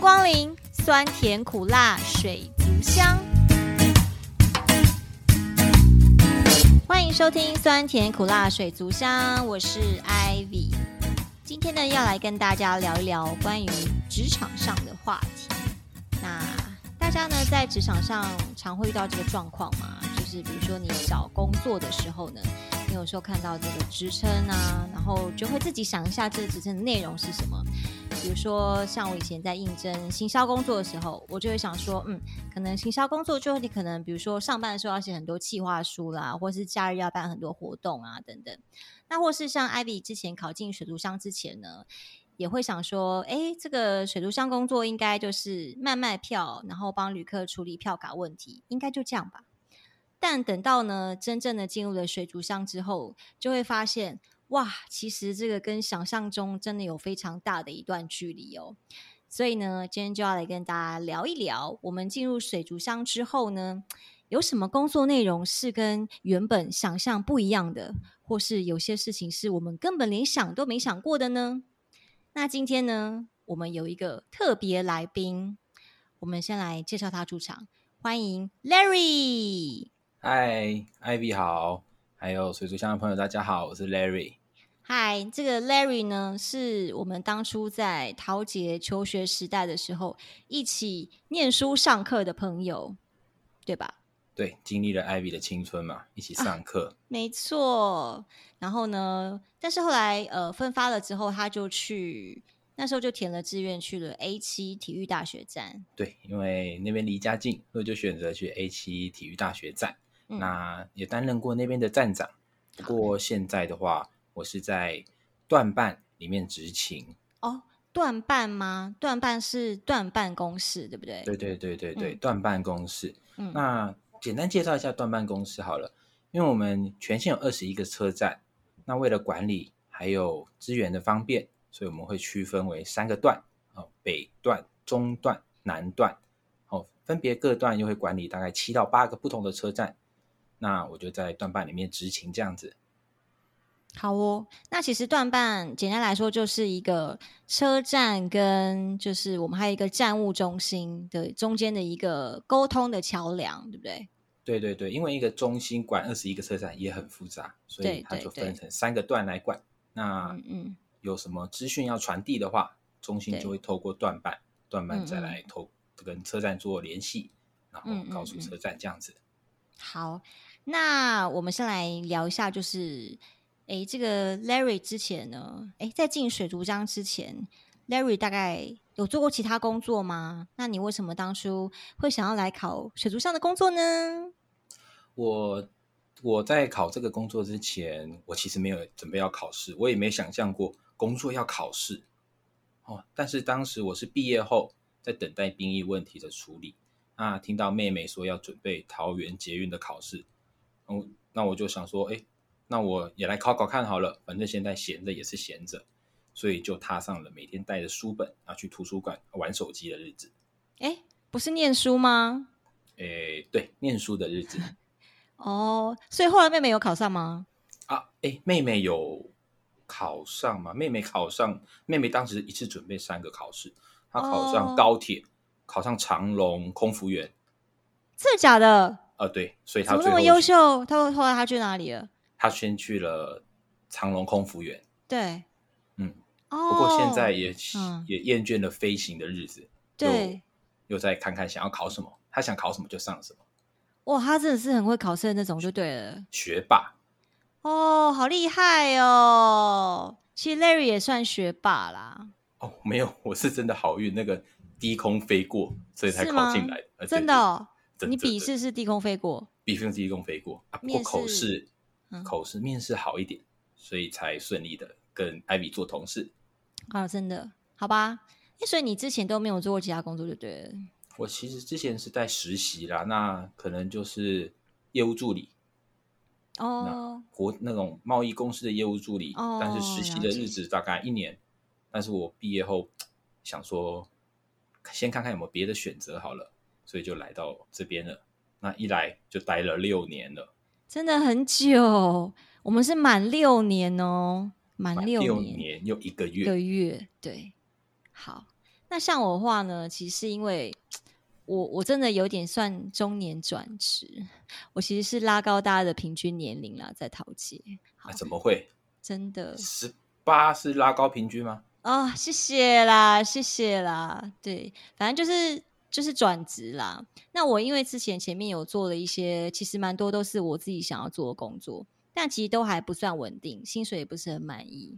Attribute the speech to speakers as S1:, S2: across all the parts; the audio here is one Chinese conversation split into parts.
S1: 光临，酸甜苦辣水族箱。欢迎收听酸甜苦辣水族箱，我是 Ivy。今天呢，要来跟大家聊一聊关于职场上的话题。那大家呢，在职场上常会遇到这个状况嘛，就是比如说你找工作的时候呢，你有时候看到这个职称啊，然后就会自己想一下这个职称的内容是什么。比如说，像我以前在应征行销工作的时候，我就会想说，嗯，可能行销工作就你可能，比如说上班的时候要写很多企划书啦，或是假日要办很多活动啊等等。那或是像 Ivy 之前考进水族箱之前呢，也会想说，哎，这个水族箱工作应该就是卖卖票，然后帮旅客处理票卡问题，应该就这样吧。但等到呢，真正的进入了水族箱之后，就会发现，哇，其实这个跟想象中真的有非常大的一段距离哦。所以呢，今天就要来跟大家聊一聊，我们进入水族箱之后呢，有什么工作内容是跟原本想象不一样的，或是有些事情是我们根本连想都没想过的呢？那今天呢，我们有一个特别来宾，我们先来介绍他出场，欢迎 Larry。
S2: 嗨，艾比好，还有水族箱的朋友，大家好，我是 Larry。
S1: 嗨，这个 Larry 呢，是我们当初在桃姐求学时代的时候一起念书上课的朋友，对吧？
S2: 对，经历了艾比的青春嘛，一起上课。
S1: 没错。然后呢，但是后来呃分发了之后，他就去那时候就填了志愿去了 A 七体育大学站。
S2: 对，因为那边离家近，所以就选择去 A 七体育大学站。
S1: 嗯
S2: 那也担任过那边的站长，不过现在的话，我是在断办里面执勤。
S1: 哦，断半吗？断半是断办公室，对不对？
S2: 对对对对对，
S1: 嗯
S2: 断办公室。
S1: 嗯
S2: 那简单介绍一下断办公室好了，因为我们全县有二十一个车站，那为了管理还有资源的方便，所以我们会区分为三个段，哦，北段、中段、南段，哦，分别各段又会管理大概七到八个不同的车站。那我就在段办里面执勤这样子。
S1: 好哦，那其实断办简单来说就是一个车站跟就是我们还有一个站务中心的中间的一个沟通的桥梁，对不对？
S2: 对对对，因为一个中心管二十一个车站也很复杂，所
S1: 对
S2: 以它
S1: 对
S2: 就
S1: 对
S2: 分成三个段来管。那
S1: 嗯嗯，
S2: 有什么资讯要传递的话，中心
S1: 对
S2: 就会透过断板，断
S1: 嗯
S2: 板
S1: 嗯
S2: 再来透跟车站做联系，然
S1: 嗯嗯
S2: 后告诉车站这样子。
S1: 好，那我们先来聊一下，就是诶，这个 Larry 之前呢，诶，在进水族箱之前，Larry 大概有做过其他工作吗？那你为什么当初会想要来考水族箱的工作呢？
S2: 我我在考这个工作之前，我其实没有准备要考试，我也没想象过工作要考试。哦，但是当时我是毕业后在等待兵役问题的处理，那听到妹妹说要准备桃园捷运的考试，嗯，那我就想说，哎，那我也来考考看好了，反正现在闲着也是闲着，所以就踏上了每天带着书本啊去图书馆玩手机的日子。
S1: 诶，不是念书吗？
S2: 诶，对，念书的日子
S1: 哦，所以后来妹妹有考上吗？
S2: 啊，诶，妹妹有考上吗？妹妹考上，妹妹当时一次准备三个考试，她考
S1: 哦
S2: 上高铁，考上长隆空服员，
S1: 真的假的？
S2: 啊，对，所以
S1: 怎
S2: 她
S1: 么
S2: 最
S1: 那
S2: 后
S1: 么优秀？他后来他去哪里了？
S2: 她先去了长隆空服员，
S1: 对，
S2: 嗯，
S1: 哦，
S2: 不过现在也、
S1: 嗯
S2: 也厌倦了飞行的日子，
S1: 对，
S2: 又再看看想要考什么，她想考什么就上什么，
S1: 哇，他真的是很会考试的那种，就对了。
S2: 学霸，
S1: 哦，好厉害哦！其实 Larry 也算学霸啦，
S2: 哦，没有，我是真的好运，那个低空飞过，所以才
S1: 是
S2: 考
S1: 吗
S2: 进来的，啊对
S1: 真的、
S2: 对
S1: 哦。
S2: 真
S1: 你
S2: 真
S1: 笔试
S2: 真
S1: 是低空飞过，
S2: 笔分低共飞过啊，不过
S1: 面试
S2: 口试
S1: 嗯，
S2: 口试面试好一点，所以才顺利的跟艾比做同事。
S1: 啊，真的，好吧？诶所以你之前都没有做过其他工作，就对了。
S2: 我其实之前是在实习啦，那可能就是业务助理，
S1: 哦，
S2: 国那种贸易公司的业务助理，
S1: 哦
S2: 但是实习的日子大概一年。但是我毕业后想说，先看看有没有别的选择好了，所以就来到这边了。那一来就待了六年了，
S1: 真的很久，我们是满六年哦，满
S2: 满
S1: 六
S2: 六
S1: 年
S2: 年又一个
S1: 一个
S2: 月。
S1: 月，对。好，那像我的话呢，其实是因为我我真的有点算中年转职，我其实是拉高大家的平均年龄啦，在淘气。好
S2: 那，怎么会？
S1: 真的
S2: 十八是拉高平均吗？
S1: 哦，谢谢啦，谢谢啦。对，反正就是就是转职啦。那我因为之前前面有做了一些，其实蛮多都是我自己想要做的工作，但其实都还不算稳定，薪水也不是很满意。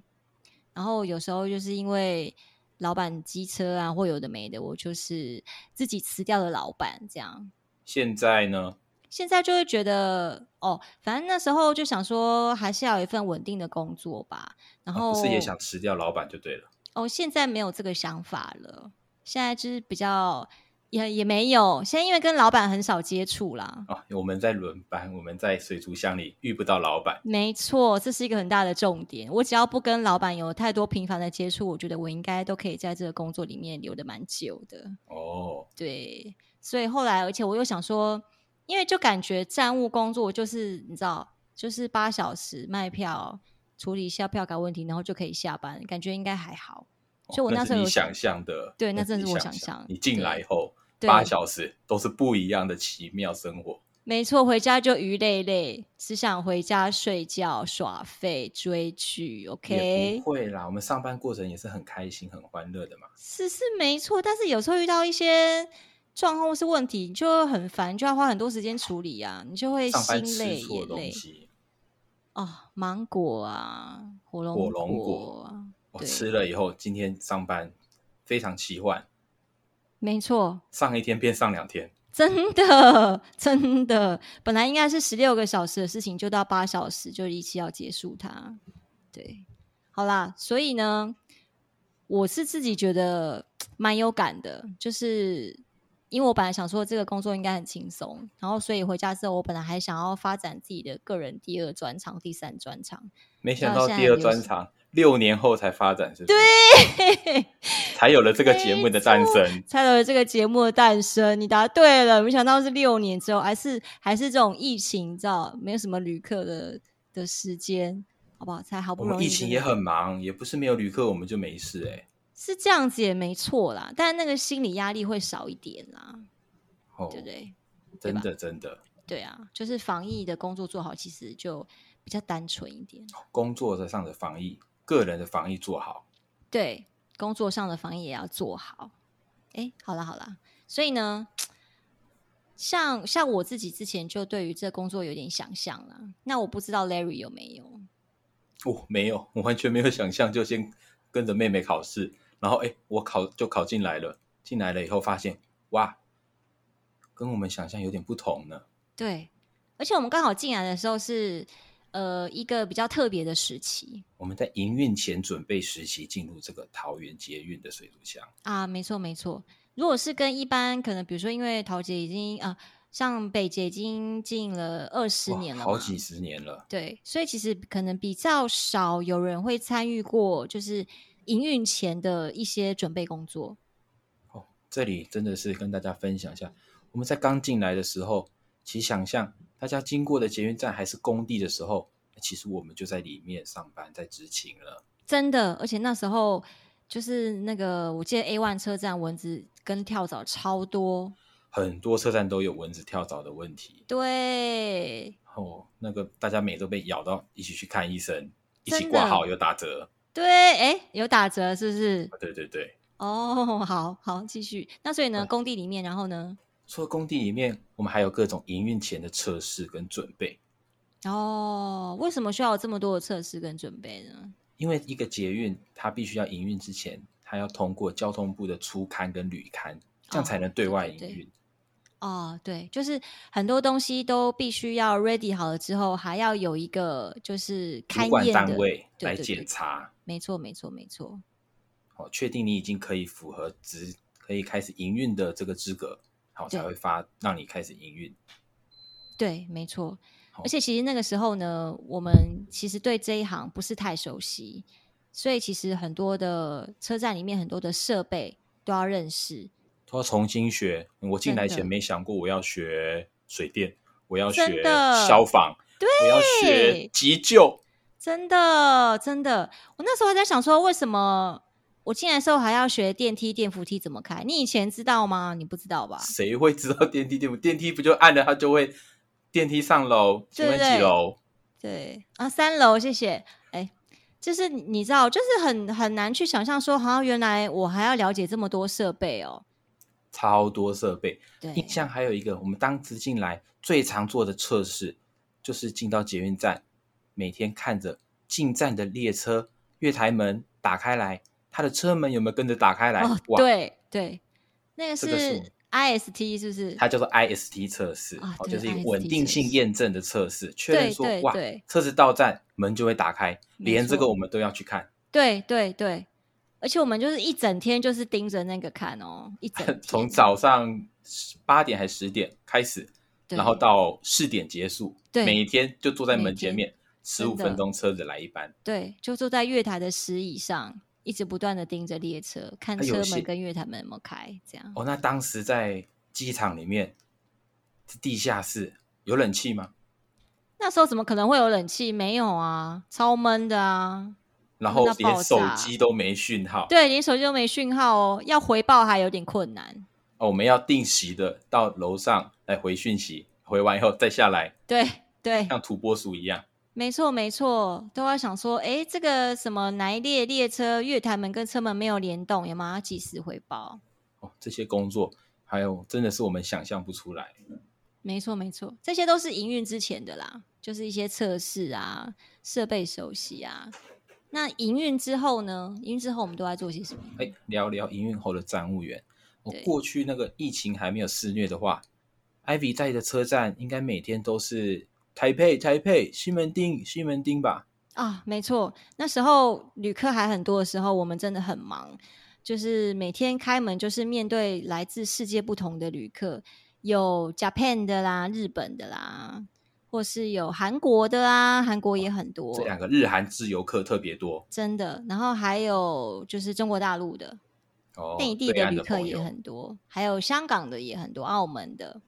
S1: 然后有时候就是因为老板机车啊，或有的没的，我就是自己辞掉了老板这样。
S2: 现在呢？
S1: 现在就会觉得哦，反正那时候就想说，还是要有一份稳定的工作吧。然
S2: 啊
S1: 后、
S2: 不是也想辞掉老板就对了。
S1: 哦，现在没有这个想法了，现在就是比较也也没有，现在因为跟老板很少接触啦。
S2: 啊，我们在轮班，我们在水族箱里遇不到老板，
S1: 没错，这是一个很大的重点。我只要不跟老板有太多频繁的接触，我觉得我应该都可以在这个工作里面留的蛮久的。
S2: 哦，
S1: 对，所以后来，而且我又想说，因为就感觉站务工作就是你知道，就是八小时卖票、处理一下票改问题，然后就可以下班，感觉应该还好。所以我
S2: 哦
S1: 那
S2: 那
S1: 时候
S2: 是
S1: 有
S2: 你想象的，
S1: 对那真
S2: 你
S1: 是我
S2: 想
S1: 想象
S2: 你进
S1: 对
S2: 来后
S1: 对
S2: 八小时都是不一样的奇妙生活。
S1: 没错，回家就鱼累累，只想回家睡觉、耍废、追剧。
S2: 也
S1: OK，
S2: 不会啦，我们上班过程也是很开心、很欢乐的嘛。
S1: 是是没错，但是有时候遇到一些状况或是问题，你就会很烦，就要花很多时间处理啊，你就会
S2: 上班
S1: 心
S2: 吃
S1: 累
S2: 错
S1: 也
S2: 东
S1: 累
S2: 西，
S1: 哦。芒果啊，火龙
S2: 火龙
S1: 果啊，
S2: 我、
S1: 对
S2: 吃了以后，今天上班非常奇幻，
S1: 没错，
S2: 上一天变上两天，
S1: 真的 真的，本来应该是十六个小时的事情，就到八小时就一期要结束它。对，好啦，所以呢，我是自己觉得蛮有感的，就是因为我本来想说这个工作应该很轻松，然后所以回家之后，我本来还想要发展自己的个人第二专长、第三专长，
S2: 没想
S1: 到
S2: 到
S1: 啊现
S2: 第
S1: 在
S2: 二
S1: 流
S2: 专
S1: 行
S2: 场六年后才发展，是不是？对，才有了这个节目的诞生。
S1: 才有了这个节目的诞生。你答对了，没想到是六年之后，还是还是这种疫情，你知道没有什么旅客的的时间，好不好？才好
S2: 我
S1: 不容
S2: 们
S1: 易
S2: 疫
S1: 真
S2: 情
S1: 的
S2: 也很忙，也不是没有旅客我们就没事哎、
S1: 是这样子也没错啦，但那个心理压力会少一点啦，
S2: 哦，
S1: 对不对？
S2: 真
S1: 吧
S2: 的真的，
S1: 对啊，就是防疫的工作做好，其实就比较单纯一点。
S2: 工作上的防疫，个人的防疫做好。
S1: 对，工作上的防疫也要做好。哎，好啦好啦，所以呢，像像我自己之前就对于这工作有点想象啦。那我不知道 Larry 有没有？
S2: 哦，没有，我完全没有想象，就先跟着妹妹考试，然后哎，我考就考进来了。进来了以后发现，哇，跟我们想象有点不同呢。
S1: 对，而且我们刚好进来的时候是呃一个比较特别的时期
S2: 我们在营运前准备实习进入这个桃园捷运的水族箱，
S1: 啊，没错没错。如果是跟一般可能，比如说因为桃姐已经啊、像北姐已经进了二十
S2: 哇
S1: 年了嘛，
S2: 好几十年了。
S1: 对，所以其实可能比较少有人会参与过，就是营运前的一些准备工作。
S2: 哦，这里真的是跟大家分享一下，我们在刚进来的时候，其实想象大家经过的捷运站还是工地的时候，其实我们就在里面上班，在执勤了。
S1: 真的，而且那时候就是那个，我记得 A one 车站蚊子跟跳蚤超多，
S2: 很多车站都有蚊子跳蚤的问题，
S1: 对，
S2: 哦，那个大家每周被咬到，一起去看医生，一起
S1: 真的
S2: 挂号有打折。
S1: 对，哎，有打折是不是？
S2: 对对对，
S1: 哦，好好，继续。那所以呢，
S2: 对
S1: 工地里面，然后呢，
S2: 除了工地里面，我们还有各种营运前的测试跟准备，
S1: 哦，为什么需要有这么多的测试跟准备呢？
S2: 因为一个捷运它必须要营运之前，它要通过交通部的初刊跟旅刊，这样才能对外营
S1: 哦对对
S2: 运。
S1: 哦，对，就是很多东西都必须要 ready 好了之后，还要有一个就是
S2: 主
S1: 勘
S2: 管
S1: 验
S2: 单
S1: 的，
S2: 位
S1: 对
S2: 来
S1: 对对
S2: 检查，
S1: 没错，没错，没错，
S2: 哦，确定你已经可以符合资，可以开始营运的这个资格，好
S1: 对
S2: 才会发让你开始营运。
S1: 对，没错。
S2: 好
S1: 而且其实那个时候呢，我们其实对这一行不是太熟悉，所以其实很多的车站里面很多的设备都要认识，
S2: 都要重新学。我进来
S1: 真的
S2: 前没想过我要学水电，我要学
S1: 真的
S2: 消防，
S1: 对
S2: 我要学急救。
S1: 真的，真的，我那时候还在想说，为什么我进来的时候还要学电梯、电扶梯怎么开，你以前知道吗？你不知道吧？
S2: 谁会知道 电梯电不电梯不就按了它就会电梯上楼？请问
S1: 对对
S2: 几楼？
S1: 对啊，三楼，谢谢。哎，就是你你知道，就是很很难去想象说，好像原来我还要了解这么多设备哦。
S2: 超多设备。
S1: 对，
S2: 印象还有一个，我们当时进来最常做的测试，就是进到捷运站，每天看着进站的列车月台门打开来，它的车门有没有跟着打开来？
S1: 哦，
S2: 哇，
S1: 对对，那个
S2: 这个是
S1: 是 IST 是不是？
S2: 它叫做 IST 测试，
S1: 啊
S2: 哦，
S1: 对
S2: 就是一个
S1: IST
S2: 稳定性验证的测试，确认
S1: 对
S2: 说
S1: 对
S2: 哇，
S1: 对
S2: 车子到站门就会打开，
S1: 没
S2: 连这个
S1: 错
S2: 我们都要 去看，
S1: 对对对，而且我们就是一整天就是盯着那个看哦，一整天
S2: 从早上八点还十点开始，
S1: 对
S2: 然后到四点结束，
S1: 对
S2: 每天就坐在
S1: 每
S2: 门前
S1: 天
S2: 面，十五
S1: 真的
S2: 分钟车子来一班。
S1: 对，就坐在月台的石椅上，一直不断的盯着列车，看
S2: 它有
S1: 车
S2: 些
S1: 门跟月台门有没有开，这样。
S2: 哦，那当时在机场里面是地下室，有冷气吗？
S1: 那时候怎么可能会有冷气？没有啊，超闷的啊。
S2: 然后
S1: 闷到爆
S2: 连手
S1: 炸
S2: 机都没讯号。
S1: 对，连手机都没讯号哦，要回报还有点困难。
S2: 哦，我们要定时的到楼上来回讯息，回完以后再下来，
S1: 对对，
S2: 像土拨鼠一样。
S1: 没错没错，都要想说，哎，这个什么哪一列列车月台门跟车门没有联动，有没有要及时回报？
S2: 哦，这些工作还有真的是我们想象不出来。
S1: 没错没错，这些都是营运之前的啦，就是一些测试啊、设备熟悉啊。那营运之后呢？营运之后我们都在做些什么？
S2: 哎，聊聊营运后的站务员。我、
S1: 对
S2: 过去那个疫情还没有肆虐的话，Ivy 在的车站应该每天都是台北、台北、西门町、西门町吧？
S1: 啊，没错，那时候旅客还很多的时候，我们真的很忙，就是每天开门就是面对来自世界不同的旅客，有 Japan 的啦、日本的啦，或是有韩国的啦，韩国也很多
S2: 这，两个日韩自由客特别多
S1: 真的。然后还有就是中国大陆的
S2: 哦，
S1: 内地
S2: 对
S1: 的
S2: 岸
S1: 旅
S2: 的
S1: 客
S2: 朋
S1: 也
S2: 友
S1: 很多，还有香港的也很多，澳门的，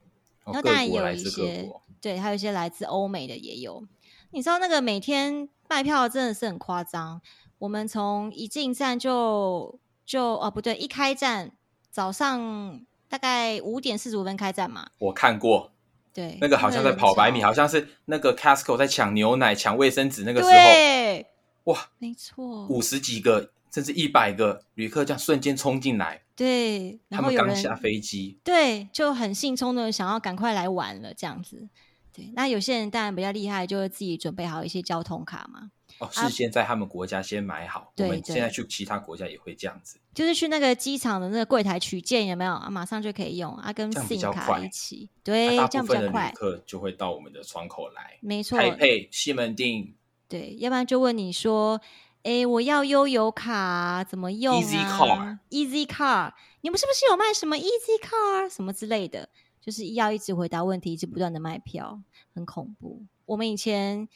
S2: 哦
S1: 然后
S2: 各
S1: 当然也
S2: 国
S1: 有
S2: 来
S1: 一
S2: 自各
S1: 些
S2: 国，
S1: 对，还有一些来自欧美的也有。你知道那个每天卖票真的是很夸张，我们从一进站就就哦不对，一开站早上大概五点四十五分开站嘛，
S2: 我看过
S1: 对，
S2: 那个好像在
S1: 人
S2: 跑百米，
S1: 潮
S2: 好像是那个 Casco 在抢牛奶、抢卫生纸那个时候，
S1: 对，
S2: 哇，
S1: 没错，
S2: 五十几个甚至一百个旅客这样瞬间冲进来，
S1: 对，然
S2: 他
S1: 后
S2: 们
S1: 有
S2: 刚
S1: 人
S2: 下飞机，
S1: 对，就很兴冲的想要赶快来玩了这样子。对，那有些人当然比较厉害，就会自己准备好一些交通卡嘛，
S2: 哦，事先在他们国家先买好，我
S1: 啊对
S2: 们
S1: 对
S2: 现在去其他国家也会这样子，
S1: 就是去那个机场的那个柜台取件，有没有啊？马上就可以用啊，跟
S2: 这样比
S1: SIM
S2: 较
S1: 卡
S2: 快
S1: 一起，
S2: 那
S1: 对，
S2: 大
S1: 哎这
S2: 部
S1: 样比
S2: 分
S1: 较
S2: 的旅
S1: 快，
S2: 客就会到我们的窗口来，
S1: 没错，
S2: 台北、西门町、
S1: 对，要不然就问你说，哎，我要悠游卡怎么用
S2: Easy
S1: 啊？Easy Car，你们是不是有卖什么 Easy Car 什么之类的？就是要一直回答问题，一直不断的卖票，很恐怖。我们以前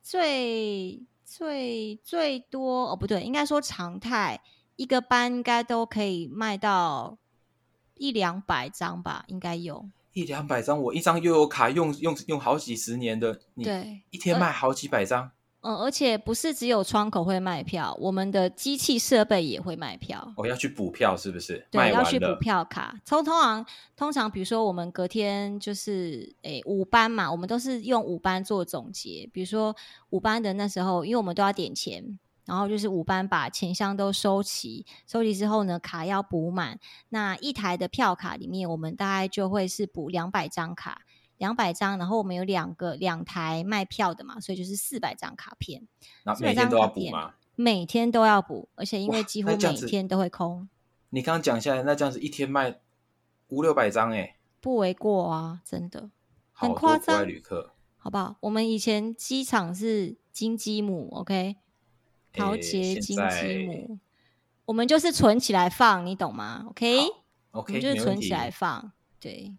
S1: 最最最多哦，不对，应该说常态一个班应该都可以卖到一两百张吧，应该有。
S2: 一两百张，我一张悠游卡用用用好几十年的，你
S1: 对，呃
S2: 一天卖好几百张，
S1: 嗯，而且不是只有窗口会卖票，我们的机器设备也会卖票。
S2: 哦我、要去补票是不是？
S1: 对，
S2: 卖
S1: 要去
S2: 完
S1: 补
S2: 了，
S1: 票卡。通通常通常，比如说我们隔天就是诶五班嘛，我们都是用五班做总结。比如说五班的那时候，因为我们都要点钱，然后就是五班把钱箱都收齐，收齐之后呢，卡要补满。那一台的票卡里面，我们大概就会是补两百张卡，两百张，然后我们有两个两台卖票的嘛，所以就是四百张卡片，
S2: 然后
S1: 这
S2: 每
S1: 张
S2: 天都要
S1: 卡
S2: 补
S1: 片
S2: 吗？
S1: 每天都要补，而且因为
S2: 哇
S1: 几乎
S2: 那这
S1: 每
S2: 样子
S1: 天都会空。
S2: 你刚刚讲下来，那这样子一天卖五六百张，哎，
S1: 不为过啊，真的，
S2: 好
S1: 很
S2: 多
S1: 夸
S2: 国外
S1: 张
S2: 旅客，
S1: 好不好？我们以前机场是金鸡母，OK，桃
S2: 诶
S1: 捷
S2: 现
S1: 金
S2: 在
S1: 鸡母，我们就是存起来放，你懂吗？OK，
S2: 好
S1: 我
S2: OK，
S1: 们就是
S2: 没问
S1: 存起
S2: 题。
S1: 来放，对。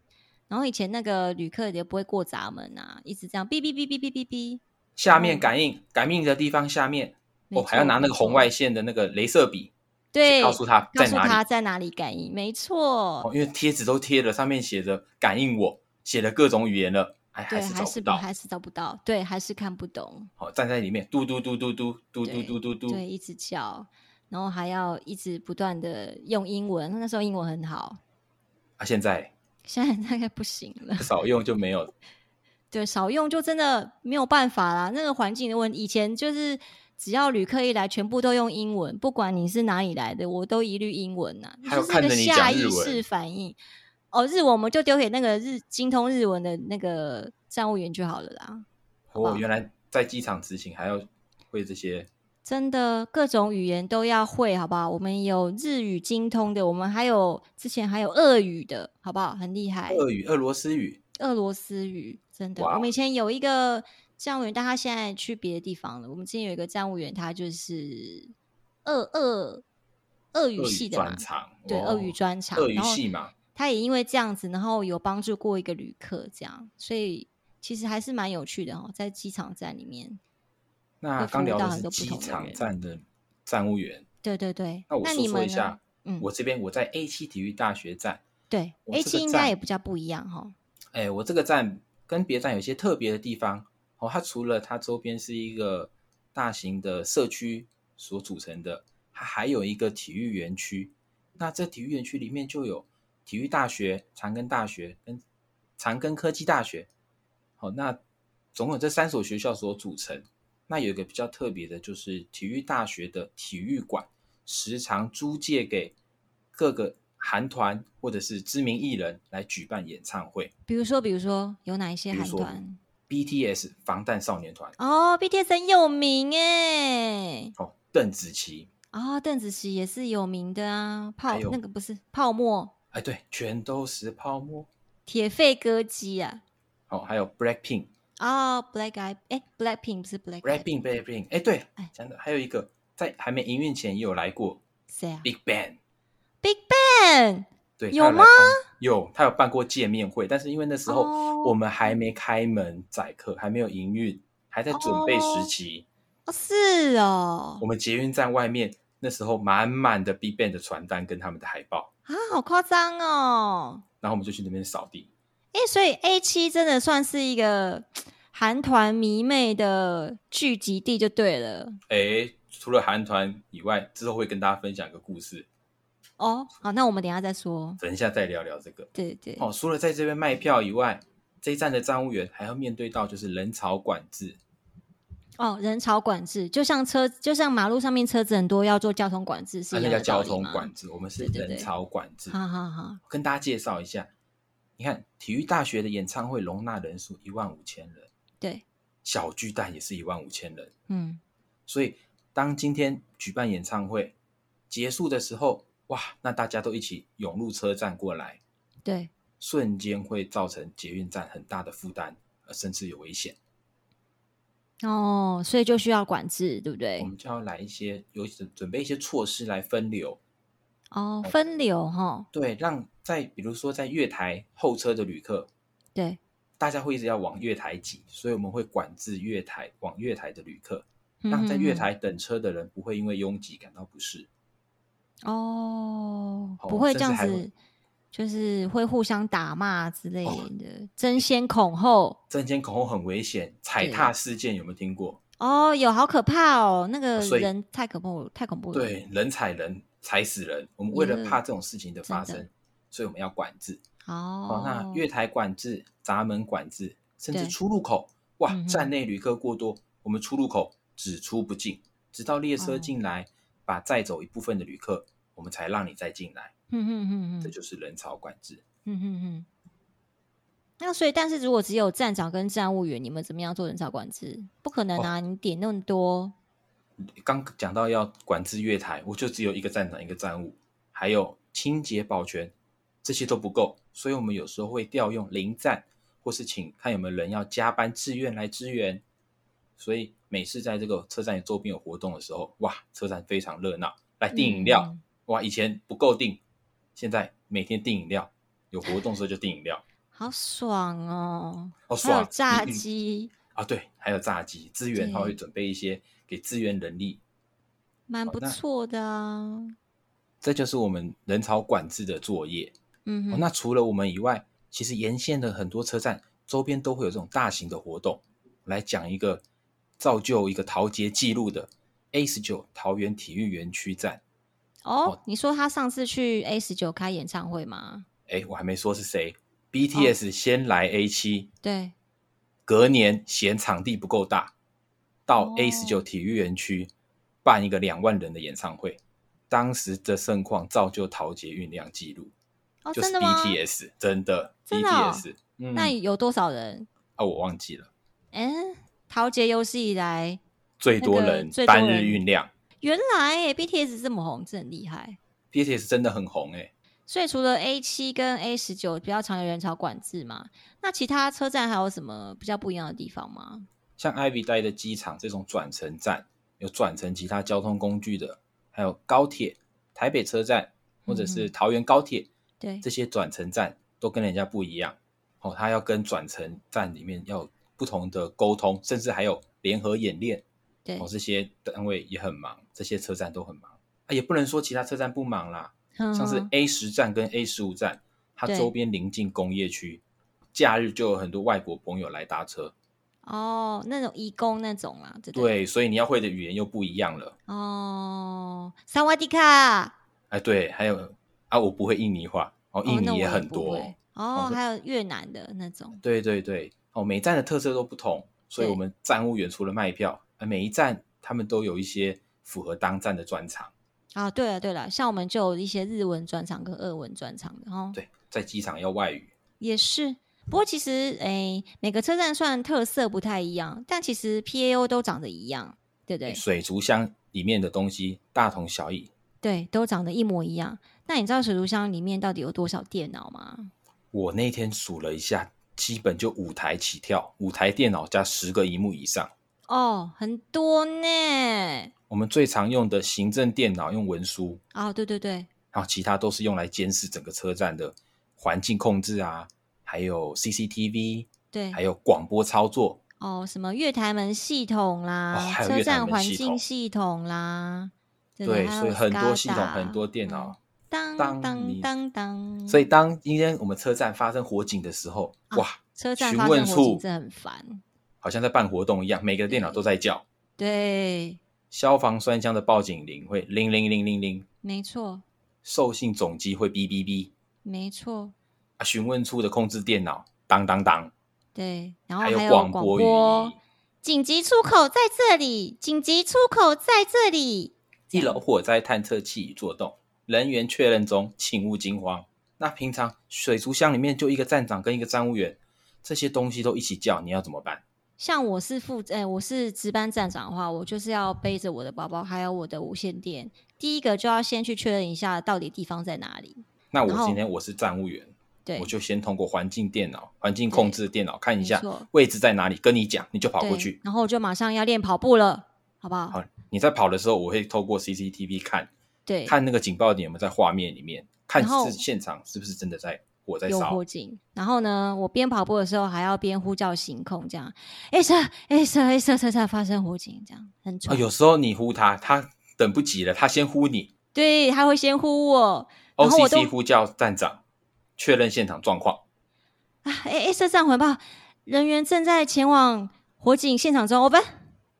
S1: 然后以前那个旅客也不会过闸门啊，一直这样哔哔哔哔哔哔哔，
S2: 下面感应感应的地方，下面我、
S1: 嗯没
S2: 哦还要
S1: 错
S2: 拿那
S1: 没
S2: 个红
S1: 错
S2: 外线的那个镭射笔，
S1: 对，
S2: 告诉他
S1: 告
S2: 在
S1: 诉
S2: 哪
S1: 他
S2: 里。
S1: 在哪里感应，没错，
S2: 哦，因为贴纸都贴了，上面写着“感应我”，写了各种语言了，哎，还
S1: 对，
S2: 是
S1: 还
S2: 找
S1: 是
S2: 不
S1: 不
S2: 到。哦
S1: 还是找不到，对，还是看不懂，
S2: 好、站在里面，嘟嘟嘟嘟嘟嘟嘟嘟嘟嘟，
S1: 对，一直叫。然后还要一直不断的用英文。那时候英文很好，
S2: 啊，现在
S1: 现在 大概不行了。
S2: 少用就没有，
S1: 对，少用就真的没有办法啦。那个环境的问题，以前就是只要旅客一来，全部都用英文，不管你是哪里来的，我都一律英文呐、
S2: 还有
S1: 就是
S2: 看
S1: 个
S2: 着你
S1: 下
S2: 讲
S1: 意
S2: 日
S1: 识
S2: 文
S1: 反应。哦，日文我们就丢给那个日精通日文的那个站务员就好了啦。
S2: 我、哦原来在机场执勤还要会这些，
S1: 真的各种语言都要会，好不好？我们有日语精通的，我们还有之前还有俄语的，好不好？很厉害，
S2: 俄语、俄罗斯语，
S1: 俄罗斯语真的。
S2: 哇哦
S1: 我们以前有一个站务员，但他现在去别的地方了。我们之前有一个站务员，他就是俄俄俄语
S2: 俄
S1: 系
S2: 语
S1: 的嘛
S2: 专，场，
S1: 对，
S2: 哦
S1: 俄语专场，
S2: 俄语
S1: 然后
S2: 系嘛，
S1: 他也因为这样子，然后有帮助过一个旅客，这样，所以其实还是蛮有趣的哦，在机场站里面。
S2: 那
S1: 会服
S2: 刚
S1: 务
S2: 聊
S1: 到
S2: 的
S1: 很
S2: 是
S1: 多不
S2: 机
S1: 同的
S2: 场
S1: 人
S2: 站的站务员，
S1: 对对对，
S2: 那我
S1: 你
S2: 诉说
S1: 们
S2: 一
S1: 呢？
S2: 下，
S1: 嗯，
S2: 我这边我在 A 七体育大学站，
S1: 对
S2: 我
S1: ，A
S2: 这
S1: 七
S2: 个
S1: 应该
S2: 站
S1: 也比较不一样哦哈。
S2: 哎，我这个站跟别站有些特别的地方哦，它除了它周边是一个大型的社区所组成的，它还有一个体育园区。那这体育园区里面就有体育大学、长庚大学跟长庚科技大学，好、哦，那总有这三所学校所组成。那有一个比较特别的，就是体育大学的体育馆，时常租借给各个韩团或者是知名艺人来举办演唱会。
S1: 比如说，比如说有哪一些
S2: 比如
S1: 韩
S2: 说
S1: 团？
S2: BTS 防弹少年团，
S1: 哦，BTS 很有名哎，
S2: 哦，邓紫棋，
S1: 啊、邓紫棋也是有名的啊，泡
S2: 还有
S1: 那个不是泡沫
S2: 哎，对，全都是泡沫。
S1: 铁肺歌姬啊，
S2: 哦，还有 Blackpink，Blackpink，Blackpink，Blackpink，
S1: 哦，Black Eye，哎，Blackpink 不是 Black Eyed-
S2: 哎，对
S1: 哎，
S2: 讲的还有一个在还没营运前也有来过
S1: 谁啊
S2: Big Bang，
S1: ？Big Bang，
S2: 对，他
S1: 有
S2: 来
S1: 吗
S2: 办？有，他有办过见面会，但是因为那时候
S1: 哦
S2: 我们还没开门载客，还没有营运，还在准备时期。
S1: 哦，是哦
S2: 我，们捷运站外面那时候满满的 Big Bang 的传单跟他们的海报，
S1: 啊，好夸张哦，
S2: 然后我们就去那边扫地。
S1: 哎，所以 A 七真的算是一个韩团迷妹的聚集地就对了。
S2: 诶，哎除了韩团以外，之后会跟大家分享一个故事，
S1: 哦，好，那我们等一下再说。
S2: 等一下再聊聊这个。
S1: 对对，
S2: 哦，除了在这边卖票以外，这一站的站务员还要面对到就是人潮管制。
S1: 哦，人潮管制，就像车，就像马路上面车子很多，要做交通管制是
S2: 啊
S1: 一
S2: 那
S1: 样
S2: 叫
S1: 的道
S2: 交
S1: 理
S2: 通
S1: 吗
S2: 管制，我们是
S1: 对对
S2: 人
S1: 对
S2: 潮管制。
S1: 好好好，
S2: 跟大家介绍一下，你看体育大学的演唱会容纳人数一万五千人，
S1: 对，
S2: 小巨蛋也是一万五千人，
S1: 嗯，
S2: 所以当今天举办演唱会结束的时候，哇，那大家都一起涌入车站过来，
S1: 对，
S2: 瞬间会造成捷运站很大的负担，呃，甚至有危险。
S1: 哦，所以就需要管制，对不
S2: 我
S1: 对？
S2: 们就要来一些有准准备一些措施来分流，
S1: 哦，分流哈，
S2: 对，让在比如说在月台候车的旅客，
S1: 对，
S2: 大家会一直要往月台挤，所以我们会管制月台往月台的旅客，让
S1: 嗯
S2: 在
S1: 哼
S2: 月
S1: 哼
S2: 台等车的人不会因为拥挤感到不适。
S1: 哦，
S2: 哦
S1: 不会
S2: 甚
S1: 这
S2: 至
S1: 样
S2: 还会
S1: 子，就是会互相打骂之类
S2: 哦
S1: 的，争先恐后。
S2: 争先恐后很危险，踩
S1: 对
S2: 踏事件有没有听过？
S1: 哦，有好可怕哦！那个
S2: 所以
S1: 人太恐怖了，太恐怖了。
S2: 对，人踩人，踩死人。我们为了
S1: 也
S2: 怕这种事情的发
S1: 嗯真的
S2: 生，所以我们要管制。
S1: 哦
S2: 哦，，那月台管制、闸门管制，甚至
S1: 对
S2: 出入口，哇
S1: 嗯哼，
S2: 站内旅客过多，我们出入口只出不进，直到列车
S1: 哦
S2: 进来，把载走一部分的旅客，我们才让你再进来。
S1: 嗯哼哼
S2: 这
S1: 哼，
S2: 就是人潮管制。
S1: 嗯哼哼。那所以，但是如果只有站长跟站务员，你们怎么样做人潮管制？不可
S2: 哦
S1: 能啊！你点那么多，
S2: 刚讲到要管制月台，我就只有一个站长、一个站务，还有清洁保全，这些都不够，所以我们有时候会调用零站，或是请看有没有人要加班自愿来支援。所以每次在这个车站周边有活动的时候，哇，车站非常热闹，来订饮料，
S1: 嗯
S2: 哇，以前不够订，现在每天订饮料，有活动的时候就订饮料，
S1: 好爽哦！
S2: 好
S1: 还有
S2: 爽！
S1: 炸
S2: 嗯嗯
S1: 鸡，
S2: 啊，对，还有炸鸡资源，他
S1: 对
S2: 会准备一些给资源人力
S1: 蛮
S2: 好
S1: 不
S2: 那
S1: 错的啊。
S2: 这就是我们人潮管制的作业、
S1: 嗯
S2: 哦
S1: 哼，
S2: 那除了我们以外，其实沿线的很多车站周边都会有这种大型的活动。来讲一个造就一个桃捷记录的， A 十九桃园体育园区站。
S1: 哦
S2: 哦，
S1: 你说他上次去 A 十九开演唱会吗？
S2: 哎，我还没说是谁，BTS
S1: 哦
S2: 先来 A 七、
S1: 对，
S2: 隔年嫌场地不够大，到
S1: 哦
S2: A 十九体育园区办一个两万人的演唱会。当时的盛况造就桃捷运量记录，
S1: 哦，
S2: 就是
S1: 真的吗？
S2: BTS 真的
S1: 真的哦
S2: BTS，嗯，
S1: 那有多少人？
S2: 啊我忘记了，
S1: 嗯，桃捷有史以来，
S2: 最多
S1: 那个
S2: 人
S1: 最多
S2: 单日
S1: 人
S2: 运量
S1: 原来欸 BTS 这么红，真的很厉害。
S2: ，BTS 真的很红哎、
S1: 所以除了 A 七跟 A 十九比较常有人潮管制嘛，那其他车站还有什么比较不一样的地方吗？
S2: 像 Ivy 待的机场这种转乘站，有转乘其他交通工具的，还有高铁、台北车站或者
S1: 嗯
S2: 是桃园高铁、
S1: 对，
S2: 这些转乘站都跟人家不一样。哦，它要跟转乘站里面要有不同的沟通，甚至还有联合演练。
S1: 对
S2: 哦，，这些单位也很忙，这些车站都很忙。啊，也不能说其他车站不忙啦，像是
S1: 嗯
S2: A 十站跟 A 十五站，它
S1: 对
S2: 周边临近工业区，假日就有很多外国朋友来搭车。
S1: 哦，那种义工那种啦，对不对
S2: 对，所以你要会的语言又不一样了。
S1: 哦，萨瓦迪卡，
S2: 哎，对，还有啊，我不会印尼话，哦，
S1: 哦
S2: 印
S1: 那
S2: 尼
S1: 我也
S2: 很
S1: 不
S2: 多。
S1: 会哦，
S2: 这
S1: 还有越南的那种，
S2: 对对对，哦，每站的特色都不同，所以
S1: 对
S2: 我们站务员除了卖票，呃每一站他们都有一些符合当站的专场。
S1: 啊，对了对了，像我们就有一些日文专场跟俄文专场的哦，
S2: 对，在机场要外语，
S1: 也是。不过其实，诶，每个车站虽然特色不太一样，但其实 PAO 都长得一样，对不对？
S2: 水族箱里面的东西大同小异。
S1: 对，都长得一模一样。那你知道水族箱里面到底有多少电脑吗？
S2: 我那天数了一下，基本就五台起跳，五台电脑加十个荧幕以上。
S1: 哦，很多呢。
S2: 我们最常用的行政电脑用文书，
S1: 哦，对对对，
S2: 然后其他都是用来监视整个车站的环境控制啊，还有 CCTV，
S1: 对，
S2: 还有广播操作。
S1: 哦，什么月台门系统啦，
S2: 哦还有
S1: 车
S2: 月台
S1: 站
S2: 门
S1: 环
S2: 系
S1: 境
S2: 统
S1: 系统啦，对不
S2: 对，
S1: 还
S2: 所以
S1: 有
S2: 很多系统，
S1: SCADA 嗯
S2: 很多电脑。
S1: 当
S2: 当
S1: 当
S2: 你
S1: 当当，
S2: 所以当今天我们车站发生火警的时候，
S1: 啊
S2: 哇，
S1: 车站
S2: 询
S1: 发
S2: 问
S1: 生火警
S2: 处
S1: 真的很烦。
S2: 好像在办活动一样，每个电脑都在叫。
S1: 对，
S2: 消防栓箱的报警铃会铃铃铃铃铃，
S1: 没错，
S2: 授信总机会哔哔哔，
S1: 没错，
S2: 啊，询问处的控制电脑当当当，
S1: 对。然后
S2: 还
S1: 哦还有
S2: 广
S1: 广
S2: 播语
S1: 播
S2: 音，，
S1: 紧急出口在这里，紧急出口在这里。
S2: 一楼火灾探测器已作动，人员确认中，请勿惊慌。那平常水族箱里面就一个站长跟一个站务员，这些东西都一起叫，你要怎么办？
S1: 像我是负责，哎、我是值班站长的话，我就是要背着我的包包，还有我的无线电。第一个就要先去确认一下到底地方在哪里。
S2: 那
S1: 然
S2: 我
S1: 后
S2: 今天我是站务员，
S1: 对，
S2: 我就先通过环境电脑、环境控制电脑看一下
S1: 没错
S2: 位置在哪里，跟你讲，你就跑过
S1: 对
S2: 去。
S1: 然后我就马上要练跑步了，好不好？
S2: 好，你在跑的时候，我会透过 CCTV 看
S1: 对，
S2: 看那个警报点有没有在画面里面，看
S1: 然后
S2: 是现场是不是真的在火在
S1: 有
S2: 烧
S1: 火。警。然后呢，我边跑步的时候还要边呼叫行控，这样，哎车，哎车，哎车，车车发生火警，这样很
S2: 啊，
S1: 蠢。
S2: 有时候你呼他，他等不及了，他先呼你
S1: 对，他会先呼我然后我都
S2: ，OCC 呼叫站长确认现场状况。
S1: 啊，哎哎车站回报，人员正在前往火警现场中，我们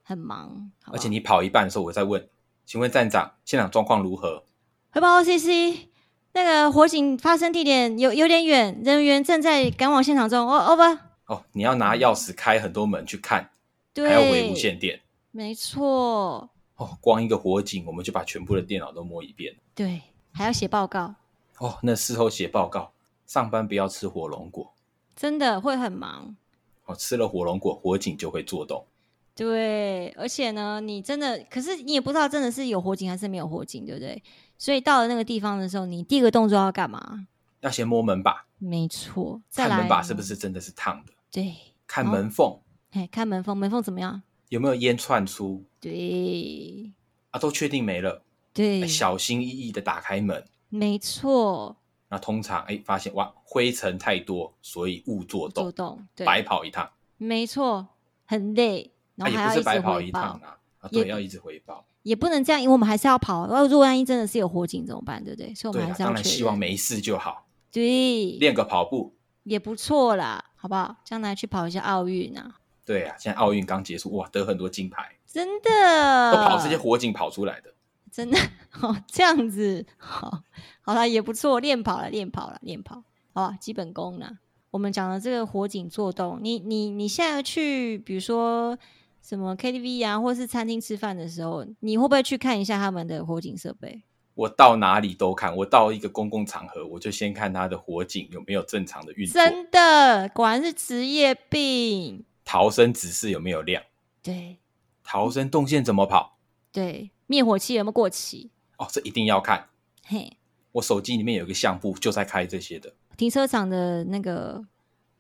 S1: 很忙，好不
S2: 而且
S1: 好
S2: 你跑一半的时候，我再问，请问站长现场状况如何？
S1: 回报 OCC。那个火警发生地点有有点远，人员正在赶往现场中。哦哦不，
S2: 哦，你要拿钥匙开很多门去看，还要回
S1: 对，
S2: 无线电。
S1: 没错，
S2: 哦，光一个火警，我们就把全部的电脑都摸一遍。
S1: 对，还要写报告，
S2: 哦，那事后写报告，上班不要吃火龙果。
S1: 真的会很忙。
S2: 哦，吃了火龙果，火警就会做动。
S1: 对，而且呢，你真的，可是你也不知道真的是有火警还是没有火警，对不对？所以到了那个地方的时候，你第一个动作要干嘛？
S2: 要先摸门把，
S1: 没错，再来
S2: 看门把是不
S1: 是？
S2: 是真的是烫的，
S1: 对，
S2: 看
S1: 好
S2: 门缝
S1: 哎，看门缝，门缝怎么样？
S2: 有没有烟窜出
S1: 对，
S2: 啊，都确定没了，哎
S1: 对，
S2: 小心翼翼的打开门。
S1: 没错，
S2: 那通常哎，发现哇，灰尘太多，所以误做
S1: 做
S2: 动，
S1: 动，对，
S2: 白跑一趟。
S1: 没错，很累，
S2: 啊，
S1: 然后
S2: 也
S1: 还
S2: 不
S1: 要
S2: 是
S1: 一直
S2: 白跑
S1: 回
S2: 一
S1: 报，
S2: 趟啊，啊，
S1: 也
S2: 对，要一直回报。
S1: 也不能这样，因为我们还是要跑。然后如果万一真的是有火警怎么办，对不对？所以我
S2: 对
S1: 们
S2: 啊
S1: 还，是要
S2: 当然
S1: 确
S2: 希望
S1: 认
S2: 没事就好，
S1: 对，
S2: 练个跑步。
S1: 也不错啦，好不好？将来去跑一下奥运啊，
S2: 对啊，现在奥运刚结束，哇，得很多金牌，
S1: 真
S2: 都
S1: 的，
S2: 跑这些火警跑出来的。
S1: 真的哦，这样子好，好了也不错，练跑了，练跑了，练跑，好吧，基本功啦。我们讲的这个火警做动，你你你现在去，比如说什么 KTV 啊，或是餐厅吃饭的时候，你会不会去看一下他们的火警设备？
S2: 我到哪里都看，我到一个公共场合，我就先看它的火警有没有正常的运作，
S1: 真的，果然是职业病。
S2: 逃生指示有没有亮，
S1: 对
S2: 逃生动线怎么跑，
S1: 对，灭火器有没有过期？
S2: 哦，这一定要看。
S1: 嘿，
S2: 我手机里面有一个相簿，就在开这些的
S1: 停车场的那个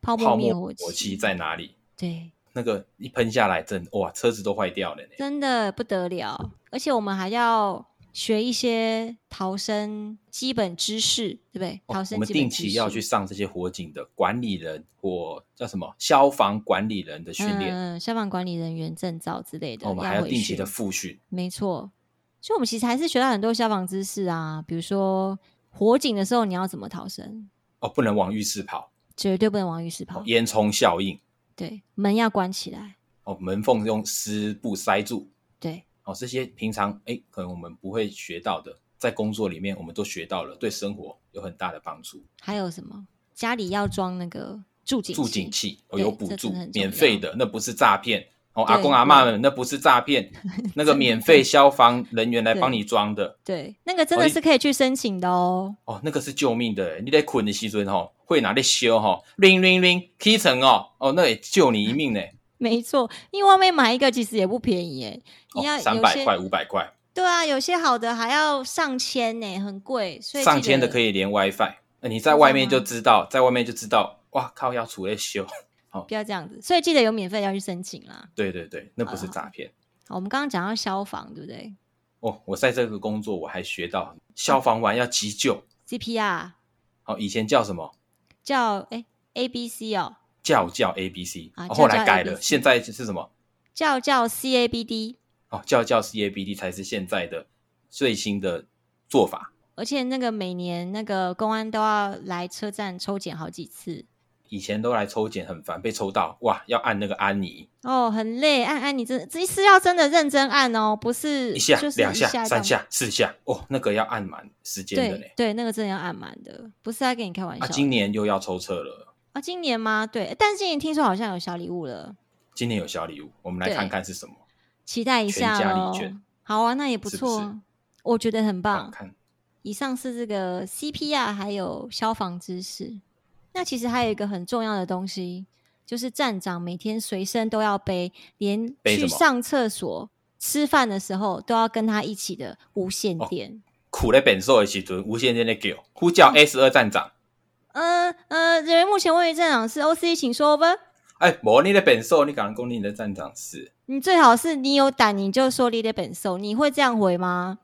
S1: 泡沫
S2: 泡
S1: 灭
S2: 沫
S1: 火器，
S2: 火器在哪里？
S1: 对，
S2: 那个一喷下来，真哇，车子都坏掉了呢。
S1: 真的不得了，而且我们还要学一些逃生基本知识，对不对？
S2: 哦
S1: 逃生
S2: 我们
S1: 基本
S2: 定
S1: 知
S2: 期
S1: 识
S2: 要去上这些火警的管理人或叫什么消防管理人的训练，
S1: 嗯，消防管理人员证照之类的，
S2: 哦我们还
S1: 要
S2: 要
S1: 回
S2: 定期
S1: 训
S2: 的复训。
S1: 没错，所以我们其实还是学到很多消防知识啊，比如说火警的时候你要怎么逃生，
S2: 哦，不能往浴室跑，
S1: 绝对不能往浴室跑，
S2: 哦、烟囱效应，
S1: 对，门要关起来，
S2: 哦，门缝用湿布塞住，
S1: 对，
S2: 哦，这些平常哎，诶可能我们不会学到的，在工作里面我们都学到了，对生活有很大的帮助。
S1: 还有什么？家里要装那个助警
S2: 助警
S1: 器，
S2: 器哦，
S1: 对
S2: 有补
S1: 这
S2: 助
S1: 真的很，重要
S2: 免费的，那不是诈骗哦。阿
S1: 对
S2: 公阿妈们，那不是诈骗，那个免费消防人员来帮你装的
S1: 对，那个真的
S2: 哦
S1: 是可以去申请的哦。
S2: 哦，那个是救命的。你在捆的时阵吼，会拿来修吼，铃铃铃，起床哦，哦，那也救你一命呢。
S1: 没错，因为外面买一个其实也不便宜耶，你
S2: 哦
S1: 要，
S2: 三
S1: 有
S2: 百
S1: 些、
S2: 块、五百块，
S1: 对啊，有些好的还要上千呢，很贵，所以
S2: 上千的
S1: 以。
S2: 可以连 WiFi，那你在
S1: 真的
S2: 外面就
S1: 吗
S2: 知道，在外面就知道，哇靠，要出来修。
S1: 不要这样子，所以记得有免费要去申请啦。
S2: 对对对，那不是
S1: 好
S2: 诈骗。
S1: 好，我们刚刚讲到消防，对不对
S2: 哦，我在这个工作我还学到消防完要急救，
S1: ？CPR
S2: 哦，以前叫什么？
S1: 叫哎 ABC 哦，
S2: 教教 A B C，、
S1: 啊
S2: 哦、
S1: 教
S2: 后来
S1: 教
S2: 改了，
S1: ABC
S2: 现在是什么？
S1: 叫叫 CABD，
S2: 哦，教教 C A B D 才是现在的最新的做法。
S1: 而且那个每年那个公安都要来车站抽检好几次
S2: 以前都来抽检很烦，被抽到哇，要按那个安妮，
S1: 哦，很累。按按你真这是要真的认真按哦，不是
S2: 一下、
S1: 就是
S2: 两
S1: 一
S2: 下、
S1: 下这
S2: 三
S1: 样
S2: 下、四下，哦，那个要按满时间的
S1: 对
S2: 嘞。
S1: 对，那个真的要按满的，不是在跟你开玩笑
S2: 啊，
S1: 的。
S2: 今年又要抽测了，
S1: 啊，今年吗？对，但是今年听说好像有小礼物了，
S2: 今年有小礼物，我们来
S1: 对
S2: 看看是什么。
S1: 期待一
S2: 全
S1: 下
S2: 家礼
S1: 喽
S2: 券。
S1: 好啊，那也不
S2: 是不
S1: 错，
S2: 是
S1: 我觉得很
S2: 好
S1: 棒。
S2: 看，
S1: 以上是这个 CPR 还有消防知识。那其实还有一个很重要的东西，就是站长每天随身都要背，连
S2: 背
S1: 去
S2: 什么
S1: 上厕所、吃饭的时候都要跟他一起的无线
S2: 哦
S1: 电。
S2: 苦在本兽的时阵，无线电的叫呼
S1: 嗯
S2: 叫 S 二站长。
S1: 呃呃，人员目前位于站长是 OC，请说 over。
S2: 哎，无你的本兽，你敢讲你的站长是？
S1: 你最好是你有胆，你就说你的本兽，你会这样回吗？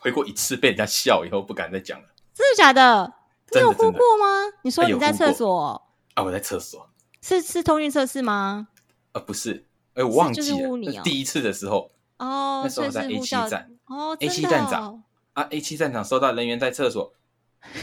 S2: 回过一次被人家笑以后，不敢再讲了。
S1: 真的假的？你
S2: 真的
S1: 有啊呼
S2: 真的
S1: 过吗？你说
S2: 哎
S1: 你
S2: 有
S1: 在
S2: 呼
S1: 厕
S2: 过
S1: 所哦、
S2: 啊，我在厕所。
S1: 是是通讯测试吗？
S2: 呃，不是，哎、我
S1: 是
S2: 忘
S1: 就
S2: 记
S1: 是
S2: 了，
S1: 污泥
S2: 那是
S1: 哦
S2: 第一次的时候
S1: 哦，
S2: 那时
S1: 所
S2: 候
S1: 以
S2: 我
S1: 是
S2: 在 A
S1: 呼
S2: 七
S1: 叫
S2: 站
S1: 哦，
S2: ，A
S1: 真
S2: 七
S1: 的
S2: 站长
S1: 哦
S2: 啊，A 七站长收到人员在厕所，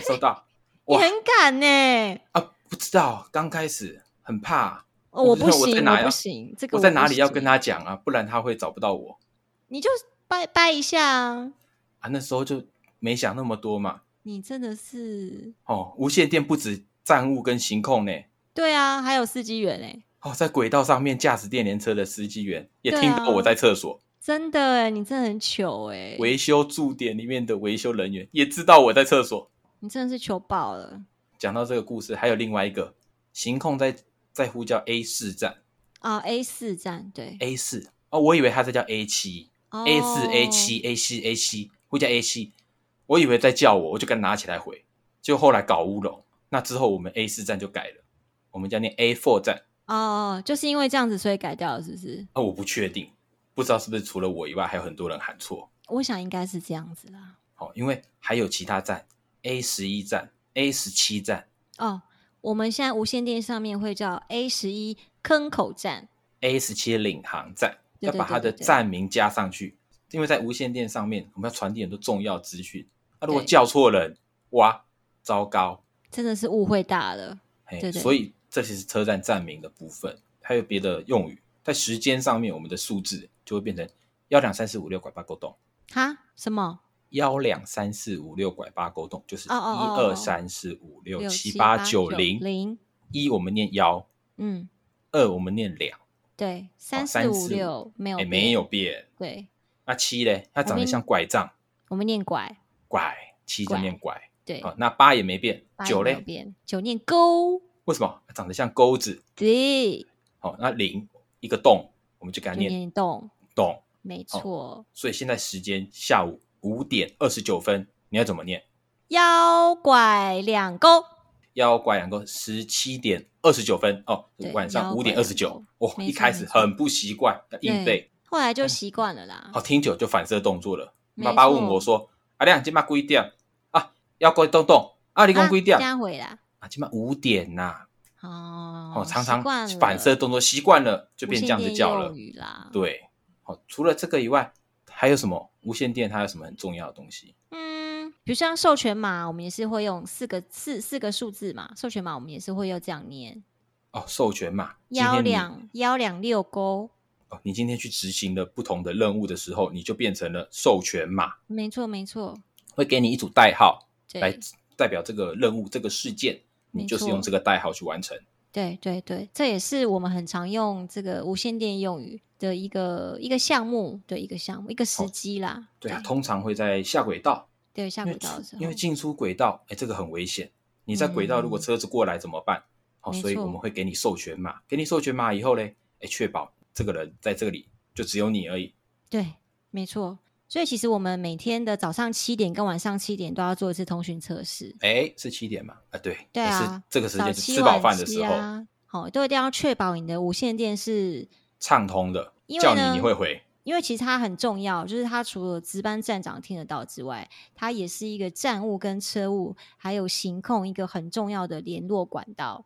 S2: 收到
S1: 你
S2: 哇
S1: 很敢呢、
S2: 啊，不知道，刚开始很怕，
S1: 哦
S2: 我
S1: 我
S2: 不
S1: 不
S2: 知道我在
S1: 行，
S2: 哪
S1: 我
S2: 呀
S1: 不行，这个
S2: 我
S1: 我
S2: 在
S1: 不
S2: 哪里要
S1: 行，
S2: 跟他讲啊，不然他会找不到我
S1: 你就掰掰一下啊！
S2: 啊。那时候就没想那么多嘛，
S1: 你真的是
S2: 哦，无线电不止站务跟行控呢，
S1: 对啊，还有司机员哎、
S2: 哦，在轨道上面驾驶电联车的司机员也
S1: 对
S2: 听到我
S1: 啊
S2: 在厕所，
S1: 真的哎、你真的很糗哎、
S2: 维修驻点里面的维修人员也知道我在厕所。
S1: 你真的是糗爆了
S2: 讲到这个故事，还有另外一个行控在在呼叫 A 四站
S1: 啊！A 四站对
S2: A 四哦，我以为他在叫 A 七、A 四 A
S1: 哦
S2: 七 A 七 A 七呼叫 A 七，我以为在叫我，我就跟他拿起来回，就后来搞乌龙。那之后我们 A 四站就改了，我们叫念 A four 站
S1: 哦，就是因为这样子，所以改掉了，是不是？
S2: 啊，我不确定，不知道是不是除了我以外还有很多人喊错
S1: 我想应该是这样子啦。
S2: 哦，因为还有其他站 A 十一站 A 十七站
S1: 哦，我们现在无线电上面会叫 A 十一坑口站，
S2: A 十七领航站，
S1: 对
S2: 要
S1: 对
S2: 把
S1: 对
S2: 它的
S1: 对对
S2: 站名加上去，因为在无线电上面，我们要传递很多重要资讯。那、如果
S1: 对
S2: 叫错人，哇，糟糕！
S1: 真的是误会大了。
S2: 嘿，
S1: 对对
S2: 所以这些是车站站名的部分，还有别的用语，在时间上面，我们的数字就会变成幺两三四五六拐八勾动，
S1: 哈？什么？
S2: 幺两三四五六拐八勾动，就是一
S1: 哦哦哦哦
S2: 二三四五六
S1: 六
S2: 七
S1: 七
S2: 八
S1: 八
S2: 九
S1: 九
S2: 零，
S1: 零
S2: 一我们念幺，
S1: 嗯，
S2: 二我们念两，
S1: 对，三
S2: 哦三
S1: 五
S2: 四
S1: 六没有
S2: 哎，
S1: 变
S2: 没有。变。
S1: 对，
S2: 那七嘞，它长
S1: 我
S2: 得
S1: 们
S2: 像拐杖，
S1: 我们念拐，
S2: 拐七就
S1: 拐
S2: 念拐。
S1: 对，
S2: 好，那八也没变
S1: 八，也
S2: 哦九
S1: 没有
S2: 嘞，
S1: 变，九念勾，
S2: 为什么？它长得像钩子。
S1: 对，
S2: 好，那零一个洞，我们就给它
S1: 就
S2: 念哦
S1: 念动，
S2: 洞。
S1: 没错。
S2: 所以现在时间下午五点二十九分，你要怎么念？
S1: 腰拐两勾，
S2: 要拐两个十七点二十九分哦
S1: 对，
S2: 晚上
S1: 要
S2: 五
S1: 拐
S2: 点
S1: 两
S2: 二
S1: 个
S2: 十九，哇，
S1: 没
S2: 一
S1: 错
S2: 开
S1: 没
S2: 始
S1: 错
S2: 很不习惯，要
S1: 对
S2: 硬背，
S1: 后来就习惯了啦。
S2: 嗯好听久就反射动作了。
S1: 没
S2: 爸爸问
S1: 错
S2: 我说：“阿亮，今晚几点啊？要过动动啊？你讲
S1: 啊
S2: 几点
S1: 加回啦。
S2: 啊？今晚五点呐。”
S1: 哦，
S2: 哦，常
S1: 习
S2: 常
S1: 惯了
S2: 反射动作习惯了，就
S1: 无
S2: 变
S1: 线
S2: 这样子
S1: 电
S2: 叫
S1: 用
S2: 了。
S1: 语啦。，
S2: 对，好、除了这个以外，还有什么无线电？它有什么很重要的东西？
S1: 嗯，比如像授权码，我们也是会用四个四四个数字嘛，授权码我们也是会用这样念，
S2: 哦，授权码。今
S1: 幺
S2: 天你
S1: 两幺两六勾，
S2: 哦，你今天去执行了不同的任务的时候，你就变成了授权码，
S1: 没错没错，
S2: 会给你一组代号来
S1: 对
S2: 代表这个任务、这个事件，
S1: 没
S2: 你就是
S1: 错
S2: 用这个代号去完成。
S1: 对对对，这也是我们很常用这个无线电用语的一个一个项目，对一个项目一个时
S2: 哦
S1: 机啦，
S2: 对啊，通常会在下轨道，
S1: 对下
S2: 因
S1: 轨
S2: 为
S1: 道的
S2: 出
S1: 时候，
S2: 因为进出轨道，哎，这个很危险。你在轨道如果
S1: 嗯
S2: 车子过来怎么办？好、
S1: 没
S2: 所以我
S1: 错
S2: 们会给你授权码，给你授权码以后嘞，哎，确保这个人在这里就只有你而已。
S1: 对，没错。所以其实我们每天的早上七点跟晚上七点都要做一次通讯测试。
S2: 哎，是七点嘛？啊，对，
S1: 对
S2: 也
S1: 啊
S2: 是，这个时
S1: 早
S2: 间是
S1: 期
S2: 吃饱饭的时候，
S1: 啊，好、都一定要确保你的无线电是，
S2: 畅通的
S1: 因，为
S2: 叫
S1: 呢
S2: 你你会回。
S1: 因为其实它很重要，就是它除了值班站长听得到之外，它也是一个站务跟车务还有行控一个很重要的联络管道。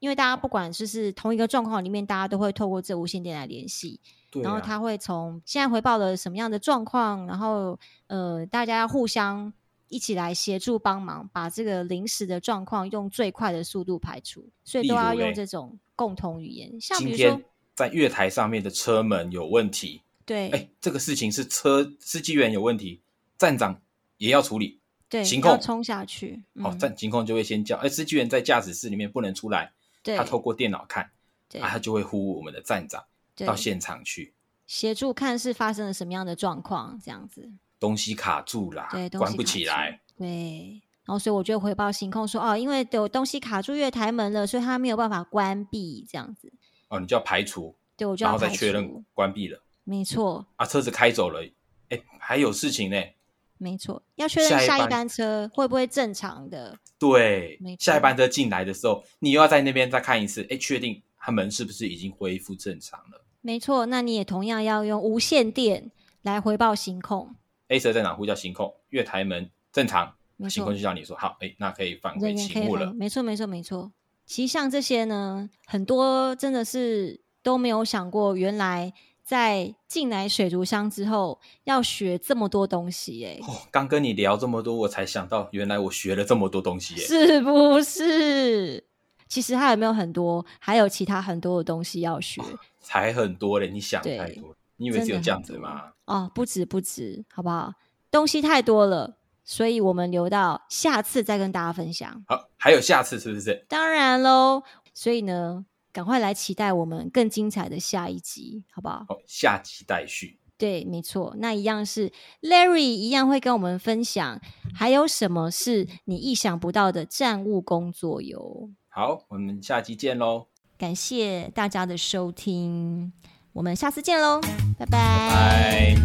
S1: 因为大家不管就是同一个状况里面，大家都会透过这无线电来联系。
S2: 对、啊，
S1: 然后他会从现在回报了什么样的状况，然后呃，大家互相一起来协助帮忙，把这个临时的状况用最快的速度排除，所以
S2: 例
S1: 都要
S2: 如
S1: 用
S2: 嘞
S1: 这种共同语言，像比
S2: 今
S1: 如说
S2: 天在月台上面的车门有问题，
S1: 对、
S2: 哎，这个事情是车司机员有问题，站长也要处理。
S1: 对，
S2: 行
S1: 要
S2: 控
S1: 冲下去，嗯、
S2: 哦，站警控就会先叫，哎，司机员在驾驶室里面不能出来，
S1: 对
S2: 他透过电脑看，
S1: 对
S2: 啊，他就会呼我们的站长
S1: 对
S2: 到现场去，
S1: 协助看是发生了什么样的状况，这样子
S2: 东西卡住啦
S1: 对，，东
S2: 关
S1: 西
S2: 不
S1: 卡
S2: 起
S1: 住
S2: 来，，
S1: 对。然后，所以我就回报行控说，哦，因为有东西卡住月台门了，所以他没有办法关闭，这样子。
S2: 哦，你就要排除，
S1: 对，我就
S2: 然
S1: 要
S2: 后再
S1: 排
S2: 确
S1: 除
S2: 认关闭了，
S1: 没错，
S2: 啊，车子开走了，哎，还有事情呢，
S1: 没错，要确认
S2: 下一
S1: 下一
S2: 班
S1: 班车会不会正常的。
S2: 对
S1: 没，错
S2: 下一班车进来的时候，你又要在那边再看一次，哎，确定他们是不是已经恢复正常了？
S1: 没错，那你也同样要用无线电来回报行控。
S2: A 车站长呼叫行控，月台门正常，
S1: 没
S2: 行
S1: 错
S2: 控，就叫你说好，哎，那可以返回
S1: 人员可
S2: 勤
S1: 以
S2: 务
S1: 回
S2: 了。
S1: 没错，没错，没错。其实像这些呢，很多真的是都没有想过，原来在进来水族箱之后要学这么多东西、欸，
S2: 哦，刚跟你聊这么多，我才想到，原来我学了这么多东西耶。
S1: 是不是？其实它有没有很多，还有其他很多的东西要学。
S2: 哦才很多嘞，你想
S1: 对
S2: 太多了，你以为
S1: 真
S2: 只有
S1: 的
S2: 这样
S1: 很
S2: 子
S1: 多
S2: 吗？
S1: 哦，不止不止，好不好？东西太多了，所以我们留到下次再跟大家分享。
S2: 好，还有下次是不是？
S1: 当然喽，所以呢，赶快来期待我们更精彩的下一集，好不好？
S2: 好，下集待续。
S1: 对，没错，那一样是 Larry 一样会跟我们分享，还有什么是你意想不到的站务工作哟。
S2: 好，我们下集见喽，
S1: 感谢大家的收听，我们下次见喽，拜拜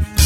S2: 拜。